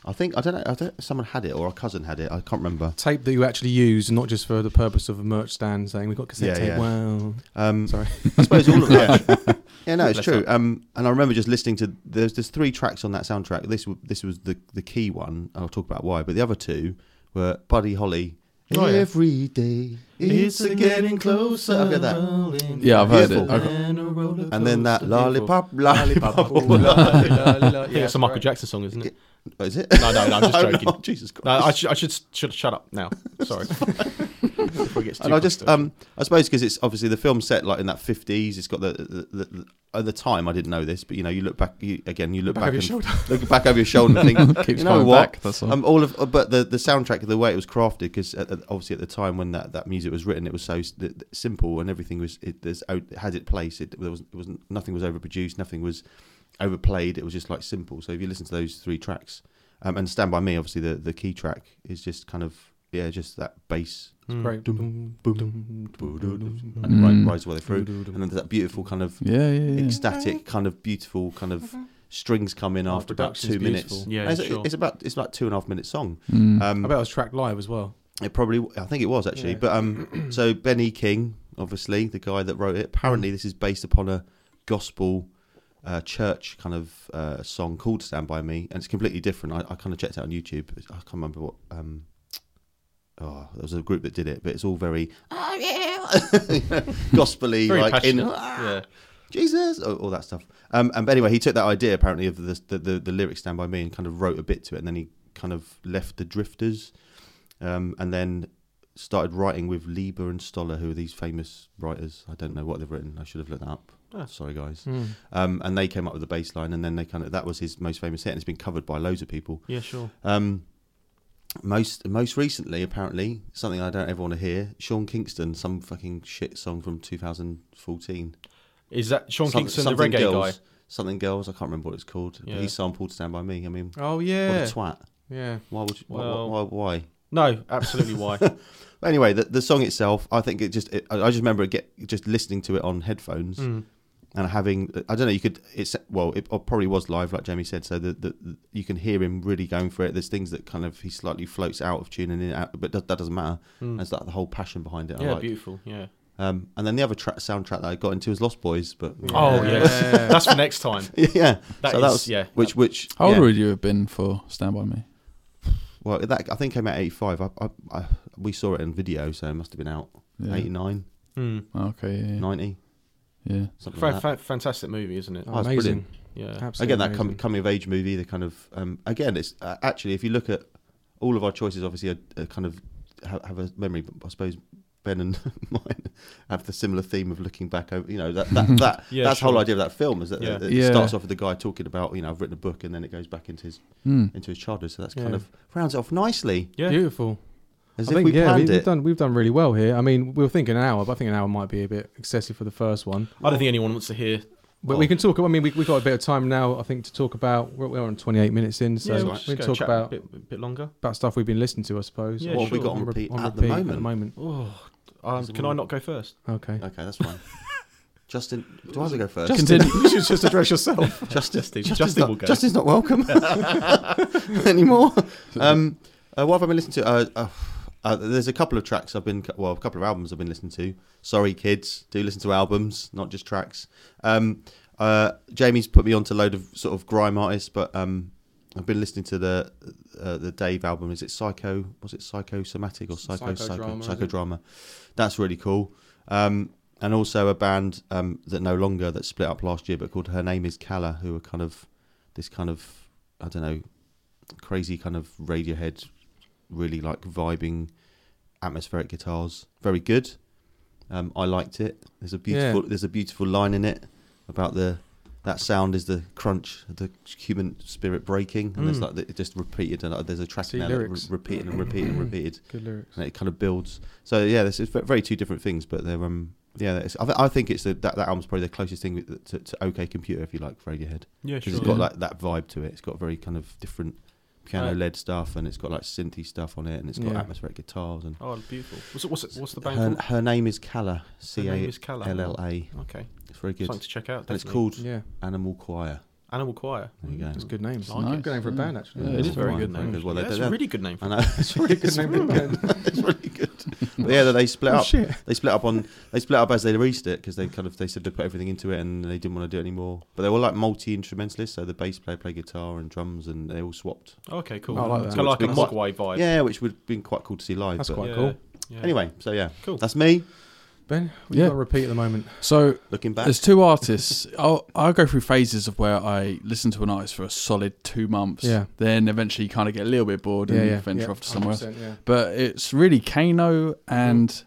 A: I think I don't know. I don't, someone had it or a cousin had it. I can't remember.
B: Tape that you actually use, not just for the purpose of a merch stand saying we've got cassette
A: Yeah,
B: tape.
A: yeah.
B: Wow.
A: Um,
B: Sorry.
A: I suppose all of yeah. yeah, no, it's
C: That's
A: true. Um, and I remember just listening to there's there's three tracks on that soundtrack. This w- this was the the key one. I'll talk about why. But the other two were Buddy Holly.
B: Oh, yeah.
A: Every day it's a getting closer. I've got that.
D: Yeah, I've heard it.
A: Beautiful. And then that lollipop, lollipop.
C: Yeah, it's a Michael Jackson song, isn't it?
A: Oh, Is it?
C: No, no, no, I'm just
A: Oh, no,
C: joking.
A: Jesus
C: No, I
A: Christ.
C: should, I should, should shut up now. Sorry. Before it gets too
A: and I just,
C: controversial.
A: um, I suppose because it's obviously the film set like in that fifties. It's got the, the, the, the at the time I didn't know this, but you know, you look back you, again, you look
B: Back
A: back,
B: over your
A: and
B: shoulder.
A: look back over your shoulder and think,
D: Keeps
A: you know
D: coming
A: what?
D: back. That's all.
A: Um, all of uh, but the the soundtrack, the way it was crafted, because obviously at the time when that, that music was written, it was so s- th- th- simple and everything was it, there's, o- it had its place. It there was it was nothing was overproduced, nothing was overplayed. It was just like simple. So if you listen to those three tracks, um, and Stand by Me, obviously the the key track is just kind of yeah, just that bass
C: Mm.
B: Great.
A: and it
D: Mm.
A: ri- rides all the way through, Mm. and then there's that beautiful kind of
D: Yeah, yeah, yeah.
A: ecstatic kind of beautiful kind of strings come in
B: Oh,
A: after about
B: production's
A: two minutes.
B: beautiful.
C: Yeah,
A: And it's,
C: sure.
A: it's about it's like two and a half minute song.
D: Mm.
A: Um,
B: I bet it was tracked live as well.
A: It probably, I think it was actually.
B: Yeah.
A: But um, so Benny King, obviously the guy that wrote it. Apparently, this is based upon a gospel uh, church kind of uh, song called "Stand by Me," and it's completely different. I, I kind of checked it out on YouTube. I can't remember what. Um, oh, there was a group that did it, but it's all very oh yeah, you know, gospelly,
C: Very
A: like in
C: passionate. yeah.
A: Jesus, all, all that stuff. Um, and but anyway, he took that idea apparently of the the, the the lyrics "Stand by Me" and kind of wrote a bit to it, and then he kind of left the Drifters, um, and then started writing with Lieber and Stoller, who are these famous writers. I don't know what they've written. I should have looked that up.
C: Ah.
A: Sorry, guys.
B: Mm.
A: Um, and they came up with the bass line, and then they kind of that was his most famous hit, and it's been covered by loads of people.
C: Yeah, sure.
A: Um, most most recently, apparently, something I don't ever want to hear: Sean Kingston, some fucking shit song from 2014.
C: Is that Sean
A: Some-
C: Kingston, the
A: something
C: reggae
A: girls,
C: guy?
A: Something girls. I can't remember what it's called.
C: Yeah.
A: But he sampled "Stand by Me." I mean,
B: Oh
A: what
B: yeah.
A: a Oh, twat!
B: Yeah.
A: Why would you, why-
C: Well-
A: why, why?
C: No, absolutely. Why?
A: But anyway, the, the song itself, I think it just. It, I I just remember it get just listening to it on headphones
C: Hmm.
B: Mm.
A: and having. I don't know. You could. It's well. It probably was live, like Jamie said. So the, the, you can hear him really going for it. There's things that kind of he slightly floats out of tune and in, and out, but that, that doesn't matter.
B: Mm.
A: That's like the whole passion behind it. I
C: Hmm. yeah,
A: like.
C: beautiful. Yeah.
A: Um, and then the other tra- soundtrack that I got into was Lost Boys, but
C: Oh
B: Yeah.
C: yes, that's for next time.
A: yeah.
C: That
A: so that
C: is-
A: was
C: yeah.
A: Which which
D: How old
A: yeah.
D: would you have been for Stand By Me?
A: Well, that I think came out eighty five. I, I, I we saw it in video, so it must have been out
D: Yeah.
A: 89,
C: Mm.
D: Okay, yeah, yeah.
A: 90,
D: yeah.
A: something
C: Fa-
A: like that.
C: fa- fantastic movie, isn't it?
B: Oh,
A: that's
B: amazing.
A: brilliant.
C: Yeah.
B: Absolutely
A: Again, that com-
B: amazing.
A: coming of age movie. The kind of um, again, it's uh, actually if you look at all of our choices, obviously are, are kind of have, have a memory. But I suppose Ben and mine have the similar theme of looking back over. You know that that, that
C: Yeah,
A: that's the whole
C: sure.
A: idea of that film is that
C: Yeah.
A: it
D: Yeah.
A: starts off with the guy talking about you know I've written a book and then it goes back into his
D: Mm.
A: into his childhood. So that's kind
B: Yeah.
A: of rounds it off nicely
C: Yeah.
B: Beautiful.
A: as
B: I
A: if
B: think
A: we
B: yeah,
A: planned
B: we,
A: it.
B: have done we've done really well here. I mean, we were thinking an hour, but I think an hour might be a bit excessive for the first one.
C: I don't think anyone wants to hear.
B: But
A: Oh.
B: we can talk. I mean, we we got a bit of time now. I think to talk about we're, we're on 28 minutes in, so
C: yeah,
A: we'll
C: we'll
A: just
B: we can
C: just go
B: talk
C: chat
B: about
C: a bit, a bit longer.
B: about stuff we've been listening to, I suppose.
C: Yeah, What have we sure. got
A: on
B: re-
A: repeat at the
B: repeat
A: moment?
C: Oh, um,
A: Is it
C: can
A: all-
C: I not go first?
B: Okay.
A: Okay, that's fine. Justin, do I have to go first?
D: Justin,
B: you should just address yourself.
A: Justin,
C: Justin-
A: Justin's
C: Justin
A: not,
C: will go.
A: Justin's not welcome anymore. Um, uh, what have I been listening to? Uh, uh, uh, there's a couple of tracks I've been, well, a couple of albums I've been listening to. Sorry, kids, do listen to albums, not just tracks. Um, uh, Jamie's put me onto a load of sort of grime artists, but um, I've been listening to the uh, the Dave album. Is it Psycho? Was it Psychosomatic or Psycho Psycho
B: Psychodrama, is it?
A: Psychodrama? That's really cool. Um, and also a band um, that no longer that split up last year, but called Her Name Is Calla, who are kind of this kind of I don't know crazy kind of Radiohead, really like vibing, atmospheric guitars. Very good. Um, I liked it. There's a beautiful there's a beautiful line in it about the that sound is the crunch, the human spirit breaking, and there's
B: Mm.
A: like the, it just repeated. And uh, there's a track in
B: See
A: there that re-
B: lyrics.
A: repeated and repeated and repeated,
B: Good lyrics.
A: and it kind of builds. So yeah, this is ve- very two different things, but they're um yeah, it's, I, th- I think it's the, that that album's probably the closest thing with- to, to OK Computer if you like Radiohead
C: Yeah,
A: because
C: sure.
A: it's got
D: Yeah.
A: like that vibe to it. It's got very kind of different piano led stuff, and it's got like synthy stuff on it, and it's got
B: Yeah.
A: atmospheric guitars. And
C: Oh, beautiful. What's, it- what's, it- what's the band
A: her,
C: called?
A: her name is Calla,
C: Her
A: C
C: name
A: A
C: is Calla.
A: L L A.
C: Okay,
A: It's very good,
C: something to check out.
A: and it's
C: definitely.
A: called
B: Yeah.
A: Animal Choir.
C: Animal Choir.
A: There you go.
B: That's good names.
D: Like it.
B: good name for a band, actually. Mm.
D: Yeah, it is very
A: Fine,
D: good
A: very
D: name.
A: good. Well,
C: Yeah,
A: they-
C: that's
A: they-
C: a really good name.
A: I know it's really
B: Good
A: good.
B: name for a band.
A: it's really good. But yeah, that they split up. They split up on. They split up as they released it because they kind of they said they put everything into it and they didn't want to do it anymore. But they were like multi instrumentalists, so the bass player played guitar and drums, and they all swapped.
C: Okay, cool.
B: I like
C: It's
B: that.
C: got like
A: It's
C: an
A: been
C: Mogwai vibe.
A: Yeah, which would have been quite cool to see live.
B: That's
A: but
B: quite cool.
C: yeah.
A: Anyway, so yeah,
C: Cool.
A: That's me
B: Ben, we've
D: Yeah.
B: got to repeat at the moment.
D: So
A: looking back.
D: there's two artists. I'll, I'll go through phases of where I listen to an artist for a solid two months.
B: Yeah.
D: Then eventually you kind of get a little bit bored and venture off to somewhere else.
B: 100%, Yeah.
D: But it's really Kano and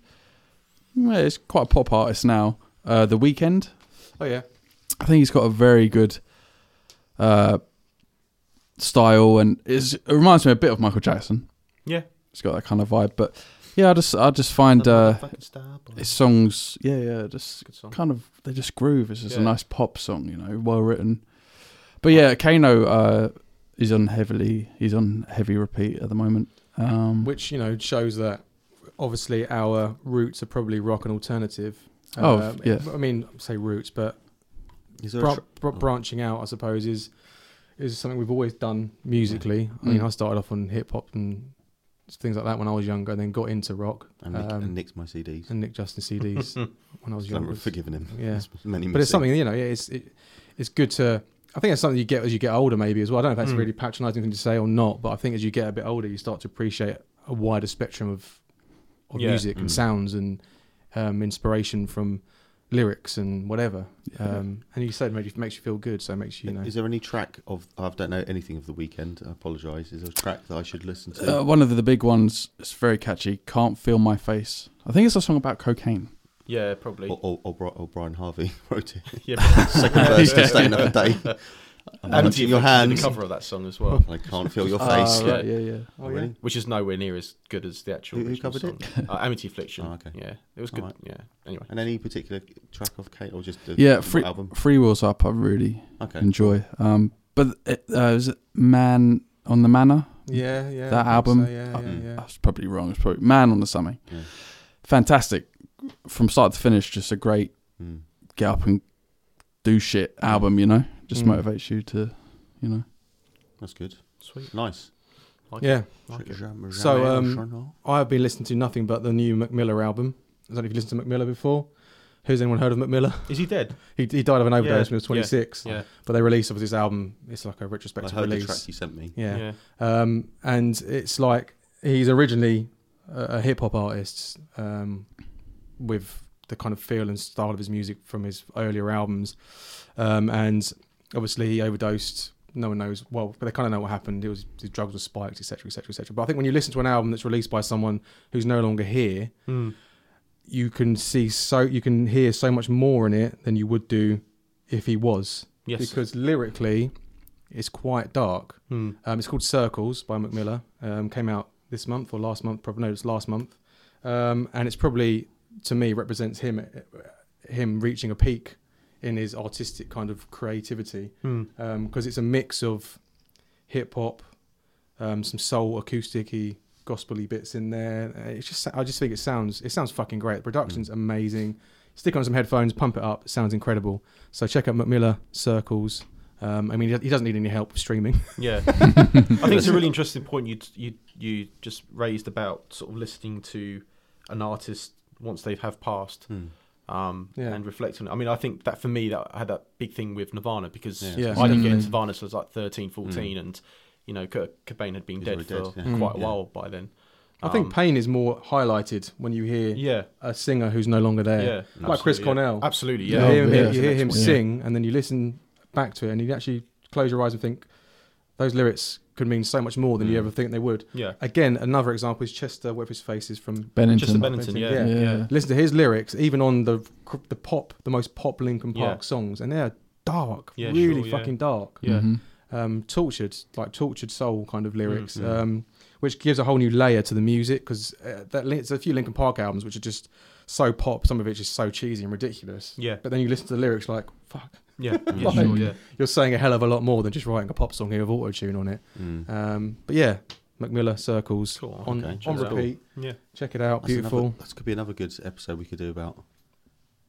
D: yeah, it's quite a pop artist now. Uh, the Weekend.
B: Oh yeah.
D: I think he's got a very good uh, style, and it's, it reminds me a bit of Michael Jackson.
C: Yeah.
D: It's got that kind of vibe. But yeah, I just I just find uh,
C: Motherfucking star boy.
D: his songs, yeah, yeah, just
C: Good song.
D: kind of they just groove. It's just a
C: Yeah.
D: nice pop song, you know, well written. But yeah, Kano uh, is on heavily. He's on heavy repeat at the moment. Um,
B: Which you know shows that obviously our roots are probably rock and alternative. Um,
D: Oh, yeah.
B: I mean, say roots, but
A: Is there a
B: bran-
A: tr-
B: br- branching out, I suppose, is is something we've always done musically. I mean,
D: Mm.
B: I started off on hip hop and things like that when I was younger, and then got into rock
A: and, Nick,
B: um,
A: and Nick's my CDs.
B: and Nick Justin CDs when I was
A: I'm
B: younger.
A: forgiving him.
B: Yeah.
A: It's many
B: But
A: missing.
B: it's something you know. yeah, It's it, it's good to. I think it's something you get as you get older, maybe as well. I don't know if that's a
C: Mm.
B: really patronising thing to say or not, but I think as you get a bit older, you start to appreciate a wider spectrum of of
C: Yeah.
B: music and
A: Mm.
B: sounds and um, inspiration from lyrics and whatever. Um, and you said it makes you feel good, so it makes you, you know.
A: Is there any track of I don't know anything of the weekend? I apologise. Is there a track that I should listen to?
B: Oh,
D: uh, one of the big ones. It's very catchy. Can't feel my face. I think it's a song about cocaine.
C: Yeah, probably.
A: or, or, or, Bri- or Brian Harvey wrote it.
C: Yeah, probably.
A: Second verse to stay another day. I'm
C: And
A: hunting your
C: the
A: hands.
C: cover of that song as well,
A: I can't feel your
D: Ah,
A: face.
C: yeah.
D: right, yeah, yeah.
A: Oh, really?
C: which is nowhere near as good as the actual
A: Who- who
C: original
A: covered it?
C: song. Uh, Amity Affliction.
A: Oh, okay.
C: Yeah, it was good.
A: Alright.
C: Yeah. Anyway.
A: And any particular track of Kate or just the
D: Yeah, free,
A: album?
D: free Wheels Up, I really
A: Okay.
B: Mm.
D: enjoy. Um, but it, uh, is it Man on the Manor?
B: yeah, yeah.
D: That
B: I think
D: album,
B: So, yeah,
D: uh,
B: yeah, yeah.
D: That's probably wrong. It's probably Man on the Something.
A: Yeah.
D: Fantastic. From start to finish, just a great
A: Mm.
D: get up and do shit album, you know? Just
B: Mm.
D: motivates you to, you know.
A: That's good.
C: Sweet.
A: Nice.
C: Like
B: yeah.
C: Like it.
B: So, um, I've been listening to nothing but the new McMiller album. I don't know if you listened to McMiller before. Has anyone heard of McMiller?
C: Is he dead?
B: He, he died of an overdose when he was
C: yeah.
B: 26.
C: Yeah.
B: But they released obviously his album. It's like a
A: I
B: retrospective
A: heard
B: release.
A: the track you sent me.
B: yeah. Um, and it's like he's originally a, a hip hop artist um, with the kind of feel and style of his music from his earlier albums. Um, and obviously he overdosed. No one knows. Well, but they kind of know what happened. It was his drugs were spiked, etc., etc., etc. But I think when you listen to an album that's released by someone who's no longer here,
C: Mm.
B: you can see so you can hear so much more in it than you would do if he was
C: Yes.
B: because lyrically it's quite dark
C: Mm.
B: um, it's called circles by mcmiller um, came out this month or last month probably no it's last month um, and it's probably to me represents him him reaching a peak in his artistic kind of creativity
C: Mm.
B: because Um, it's a mix of hip hop, um, some soul, acousticy, gospely bits in there. Uh, It's just I just think it sounds it sounds fucking great. The production's
C: Mm.
B: amazing. Stick on some headphones, pump it up. It sounds incredible. So check out McMiller Circles. Um, I mean, he- he doesn't need any help with streaming.
C: Yeah, I think it's a really interesting point you you you just raised about sort of listening to an artist once they have passed
A: Hmm.
C: um,
B: Yeah.
C: and reflecting. I mean, I think that for me that I had that big thing with Nirvana because
A: Yeah. Hmm.
B: Yeah,
C: I didn't
D: definitely.
C: get into Nirvana so I was like 13, 14 and you know Kurt Cobain had been
A: He's
C: dead
A: already
C: for
A: dead, yeah. Hmm.
C: quite a
A: Yeah.
C: while by then.
B: I think
C: Um,
B: pain is more highlighted when you hear
C: yeah,
B: a singer who's no longer there,
C: yeah,
B: like Chris
C: absolutely, yeah.
B: Cornell.
C: Absolutely,
B: You
C: yeah.
B: hear him,
D: Yeah.
B: you hear him
D: Yeah.
B: sing, and then you listen back to it, and you actually close your eyes and think those lyrics could mean so much more than you
A: Mm.
B: ever think they would.
C: Yeah.
B: Again, another example is Chester, whatever his face is from.
D: Bennington.
C: Just the Bennington, yeah.
B: Yeah.
C: Yeah.
D: Yeah.
B: Listen to his lyrics, even on the the pop, the most pop Linkin
C: Yeah.
B: Park songs, and they're dark,
C: Yeah,
B: really
C: sure, yeah.
B: fucking dark.
C: Yeah.
D: Mhm.
B: Um, tortured, like tortured soul kind of lyrics,
C: Mm,
A: Mhm.
B: um, which gives a whole new layer to the music because uh, that li- it's a few Linkin Park albums which are just so pop, some of it's just so cheesy and ridiculous.
C: Yeah,
B: But then you listen to the lyrics, like fuck,
C: yeah, yeah,
B: Like-
C: sure, yeah.
B: you're saying a hell of a lot more than just writing a pop song here with auto tune on it.
A: Mm.
B: Um, but yeah, McMiller circles
C: Cool,
B: on,
A: okay, check
B: on
A: it out.
B: repeat.
C: yeah.
B: Check it out,
A: That's another-
B: beautiful.
A: that could be another good episode we could do about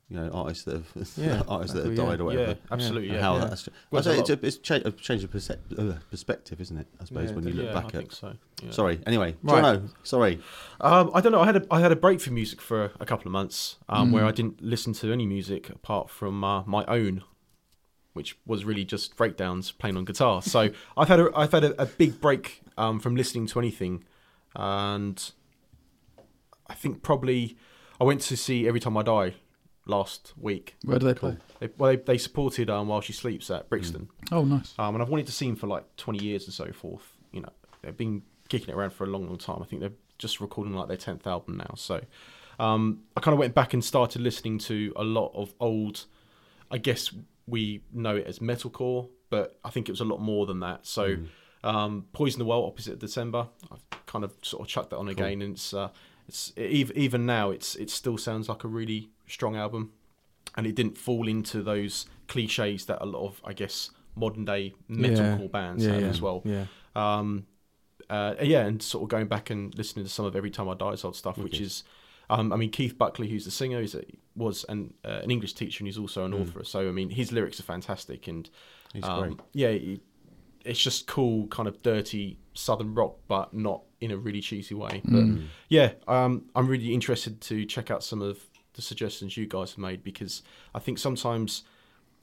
A: you know artists that have
B: Yeah,
A: artists that have
B: exactly, yeah.
A: died or whatever.
C: Yeah, absolutely.
A: and
C: Yeah,
A: how
B: yeah.
A: that's
B: Well,
A: I say it's
B: there's a
A: a, it's cha- a change of percep- uh, perspective, isn't it? I suppose
B: Yeah,
A: when you look
C: Yeah,
A: back
C: I
A: at.
C: think so. yeah.
A: Sorry. Anyway,
B: Right.
A: Jono, sorry.
C: Um, I don't know. I had a I had a break from music for a couple of months, um,
A: Mm.
C: where I didn't listen to any music apart from uh, my own, which was really just breakdowns playing on guitar. So I've had a I've had a, a big break um, from listening to anything, and I think probably I went to see Every Time I Die last week.
D: Where do they play?
C: They, well, they, they supported um, While She Sleeps at Brixton.
D: Oh, nice.
C: Um, and I've wanted to see him for like 20 years and so forth. You know, they've been kicking it around for a long, long time. I think they're just recording like their 10th album now. So um, I kind of went back and started listening to a lot of old, I guess we know it as metalcore, but I think it was a lot more than that.
A: Mm.
C: So um, Poison the Well, Opposite of December, I've kind of sort of chucked that on again. And it's, uh, it's even, even now, it's it still sounds like a really strong album and it didn't fall into those cliches that a lot of, I guess, modern day metalcore bands have as well.
B: Yeah.
C: Um, uh, yeah, and sort of going back and listening to some of Every Time I Die's old stuff, which is, um, I mean, Keith Buckley, who's the singer, is a, was an uh, an English teacher and he's also an
B: Hmm.
C: author. So I mean, his lyrics are fantastic, and
A: He's
C: um, yeah, he- it's just cool, kind of dirty southern rock, but not in a really cheesy way. But yeah, um, I'm really interested to check out some of the suggestions you guys have made because I think sometimes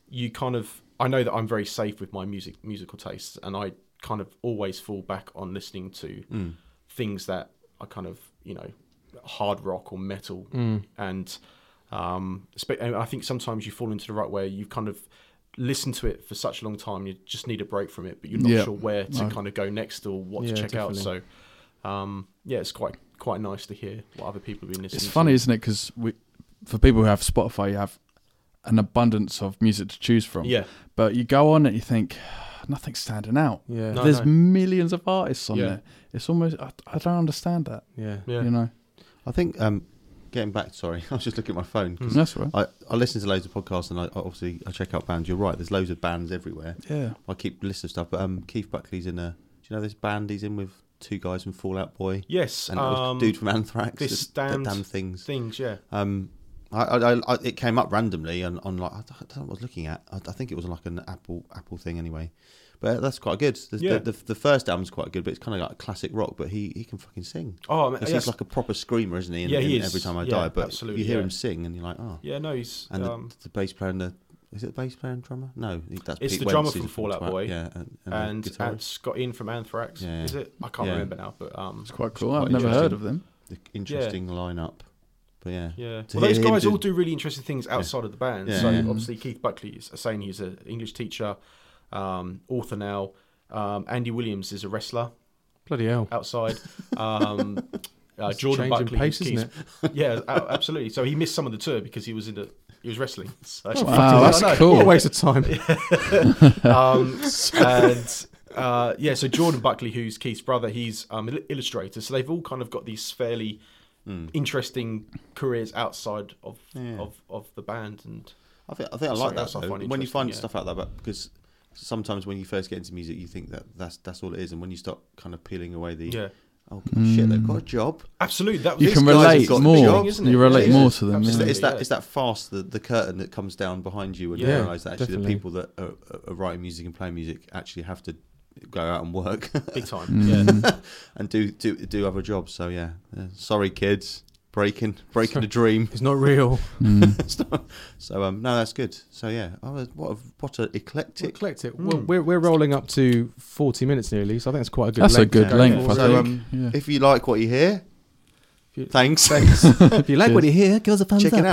C: you kind of I know that I'm very safe with my music musical tastes, and I kind of always fall back on listening to things that are kind of you know hard rock or metal,
B: Mm,
C: and um, spe- and I think sometimes you fall into the right where you kind of listen to it for such a long time, you just need a break from it, but you're not
D: Yeah.
C: sure where to
D: No.
C: kind of go next or what
B: Yeah,
C: to check
B: definitely.
C: out. So um, yeah, it's quite quite nice to hear what other people have been listening.
D: It's
C: to.
D: funny, isn't it? Because we, for people who have Spotify, you have an abundance of music to choose from.
C: Yeah,
D: But you go on and you think nothing's standing out.
B: Yeah.
C: No,
D: There's
C: no.
D: millions of artists on
C: Yeah.
D: there. It's almost I, I don't understand that.
B: Yeah.
C: yeah,
D: You know,
A: I think um, getting back. Sorry, I was just looking at my phone.
C: Mm.
A: 'cause
B: Mm-hmm.
D: that's right.
A: I, I listen to loads of podcasts and I I obviously I check out bands. You're right. There's loads of bands everywhere.
D: Yeah.
A: I keep lists of stuff. But um, Keith Buckley's in a. Do you know this band he's in with two guys from Fallout Boy
C: yes.
A: and
C: um,
A: a dude from Anthrax?
C: this
A: It's the
C: damned
A: damn things.
C: things, yeah.
A: Um, I, I, I, I- it came up randomly and on like I don't I don't know what I was looking at. I, I think it was like an Apple Apple thing anyway. But that's quite good. The,
C: Yeah.
A: the, the, the first album's quite good, but it's kind of like classic rock. But he, he can fucking sing.
C: Oh, I mean,
A: He's,
C: yes.
A: he's like a proper screamer, isn't he? In,
C: Yeah, he
A: in
C: is.
A: Every time I
C: Yeah,
A: die, but
C: absolutely,
A: you hear
C: yeah.
A: him sing and you're like, oh.
C: Yeah, no, he's
A: And
C: um,
A: the, the bass player and the is it the bass player and drummer? No, he- that's
C: It's
A: Pete
C: the drummer
A: Wentz,
C: from
A: he's a
C: Fall Out
A: twat.
C: Boy
A: Yeah, and, and, the
C: and, uh, and,
A: guitarist.
C: Scott Ian from Anthrax.
A: Yeah.
C: Is it? I can't
A: Yeah.
C: remember now, but um,
D: It's quite cool. I've
A: quite
D: never heard
A: interesting.
D: of them.
A: The interesting lineup. But yeah,
C: yeah.
A: To
C: Well, those
A: hear him
C: guys all
A: do-
C: do really interesting things outside of the band.
A: Yeah. Mm-hmm.
C: So
A: Yeah.
C: obviously Keith Buckley is saying he's an English teacher, um, author now. Um, Andy Williams is a wrestler
B: Bloody hell.
C: outside. Um, uh,
B: It's
C: Jordan
B: changing
C: Buckley,
B: pace, isn't
C: Keith's- yeah, a- absolutely. So he missed some of the tour because he was in the he was wrestling. So,
A: Oh,
D: Wow,
C: I
D: that's
C: know.
D: cool.
B: What a waste of time.
C: um, and uh, yeah, so Jordan Buckley, who's Keith's brother, he's um, an illustrator. So they've all kind of got these fairly
A: hmm.
C: interesting careers outside of,
A: Yeah.
C: of of the band, and
A: I think I think I like
C: Something
A: that
C: else I
A: though. when
C: find
A: you
C: interesting,
A: find
C: yeah.
A: stuff out like that, because sometimes when you first get into music, you think that that's that's all it is, and when you start kind of peeling away the
C: yeah,
A: oh shit, they've got a job.
C: absolutely. That
D: You
C: these
D: can
C: guys have
D: relate
C: got the
D: more.
C: feeling, isn't it?
D: You relate
C: Yeah,
D: more to them,
A: It's,
C: absolutely,
A: that it's that
C: yeah.
A: it's that fast the, the curtain that comes down behind you when you
B: Yeah,
A: realise that actually the
B: definitely.
A: people that are, are writing music and playing music actually have to go out and work
C: big time.
A: Mm.
C: Yeah,
A: and do do do other jobs. So yeah, yeah. sorry kids, breaking breaking the dream.
B: It's not real.
D: Mm.
A: So um, no, that's good. So yeah, oh, what a, what a eclectic.
B: Eclectic. Well, we're, we're rolling up to 40 minutes nearly, so I think it's quite a good
D: That's a
B: length.
D: good
B: going
D: length. I
B: forward.
A: So,
D: think.
A: um,
D: yeah.
A: If you like what you hear,
B: you-
A: thanks.
B: um, if you like what you hear, give us a thumbs
A: Check
B: up.
A: it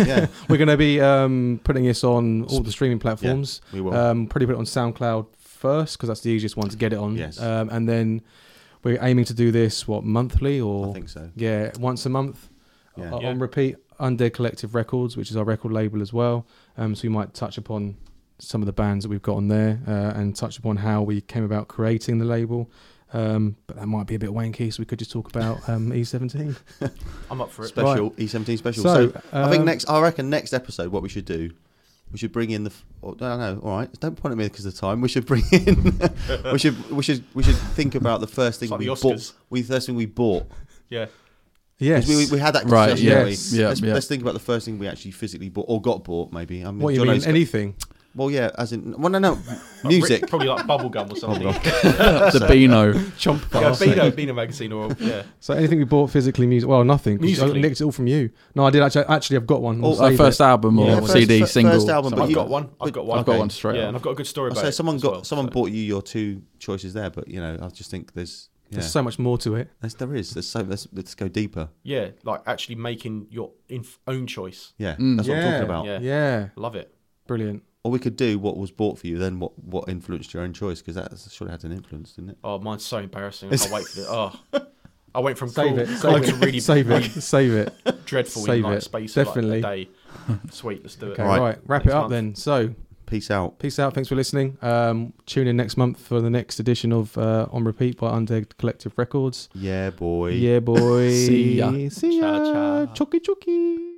A: out. Yeah,
B: We're going to be um, putting this on all the streaming platforms.
A: we will.
B: Um, probably put it on SoundCloud first because that's the easiest one to get it on.
A: Yes.
B: Um, and then we're aiming to do this what monthly
A: I
B: or
A: think so.
B: yeah once a month
A: Yeah.
B: uh,
C: Yeah.
B: on repeat under Collective Records, which is our record label as well. Um, so we might touch upon some of the bands that we've got on there uh, and touch upon how we came about creating the label. Um, but that might be a bit wanky, so we could just talk about um, E17.
C: I'm up for it.
A: Special E17 special. So,
B: So,
A: I think
B: um,
A: next, I reckon next episode, what we should do, we should bring in the. f- oh, No, no, all right. Don't point at me because of the time. We should bring in. we should, we should, we should think about the first thing
C: It's like
A: we
C: the
A: bought.
C: Oscars.
A: We first thing we bought.
C: Yeah,
B: Yes.
A: 'Cause We, we, we had that
D: Right,
A: discussion. didn't we?
B: yes.
D: Yeah,
A: let's,
D: yeah.
A: let's think about the first thing we actually physically bought or got bought. Maybe. I mean,
B: what do you
A: Jono
B: mean?
A: Scott-
B: Anything?
A: well, yeah. As in, well, no, no. music.
C: Probably like bubblegum or something.
D: the Beano.
B: Chomp
C: Yeah,
B: bars.
C: Beano, Beano magazine or yeah.
B: So anything we bought physically, music? Well, nothing. 'cause I
C: Musically.
B: nicked it all from you. No, I did actually. Actually, I've got one.
A: Oh,
B: I'll
D: Like
B: save
D: first
B: it.
D: album or
B: Yeah,
A: first-
D: CD
A: first
D: single.
A: album, but
C: I've
A: you-
D: something.
C: got one. I've got one.
D: I've got
A: Okay.
D: one straight
C: Yeah,
D: up.
C: and I've got a good story
A: I
C: about
A: say
C: it
A: someone
C: as
A: got
C: well,
A: someone
C: so.
A: bought you your two choices there, but you know, I just think there's yeah,
B: There's so much more to it.
A: there's, there is. There's so let's, let's go deeper.
C: Yeah, like actually making your inf- own choice.
A: Yeah,
D: Mm.
A: that's what I'm
B: Yeah.
A: talking about.
C: Yeah.
B: Yeah,
C: Love it.
B: brilliant.
A: Or we could do what was bought for you, then what what influenced your own choice, because that surely had an influence, didn't it?
C: Oh, mine's so embarrassing. I wait for it. Oh, I went from
B: Save
C: cool,
B: it.
C: cool
B: Save
C: to
B: it.
C: really,
B: save
C: really
B: it. Save it.
C: dreadful in
B: Save
C: like
B: it.
C: space
B: Definitely.
C: Definitely. Of, like, a day. Sweet, let's do it.
B: Okay,
A: Right.
B: right. Wrap it
C: Next
B: up
C: month.
B: then. So,
A: Peace out.
B: peace out. Thanks for listening. Um, tune in next month for the next edition of uh, On Repeat by Undead Collective Records.
A: Yeah, boy.
B: Yeah, boy.
D: See ya.
B: See ya.
C: Cha, cha.
B: Chucky, chucky.